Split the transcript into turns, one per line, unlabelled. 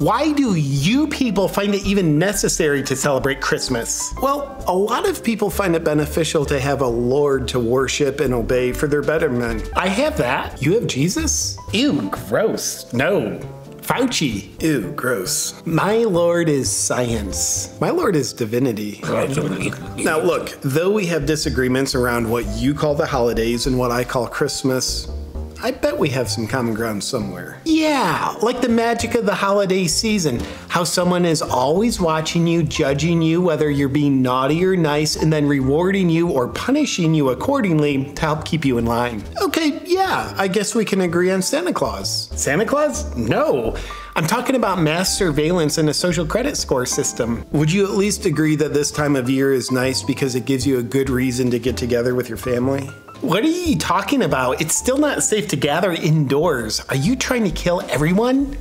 Why do you people find it even necessary to celebrate Christmas? Well, a lot of people find it beneficial to have a Lord to worship and obey for their betterment. I have that. You have Jesus? Ew, gross. No. Fauci. Ew, gross. My Lord is science. My Lord is divinity. Now, look, though we have disagreements around what you call the holidays and what I call Christmas, I bet we have some common ground somewhere. Yeah, like the magic of the holiday season. How someone is always watching you, judging you, whether you're being naughty or nice, and then rewarding you or punishing you accordingly to help keep you in line. Okay, yeah, I guess we can agree on Santa Claus. Santa Claus? No. I'm talking about mass surveillance and a social credit score system. Would you at least agree that this time of year is nice because it gives you a good reason to get together with your family? What are you talking about? It's still not safe to gather indoors. Are you trying to kill everyone?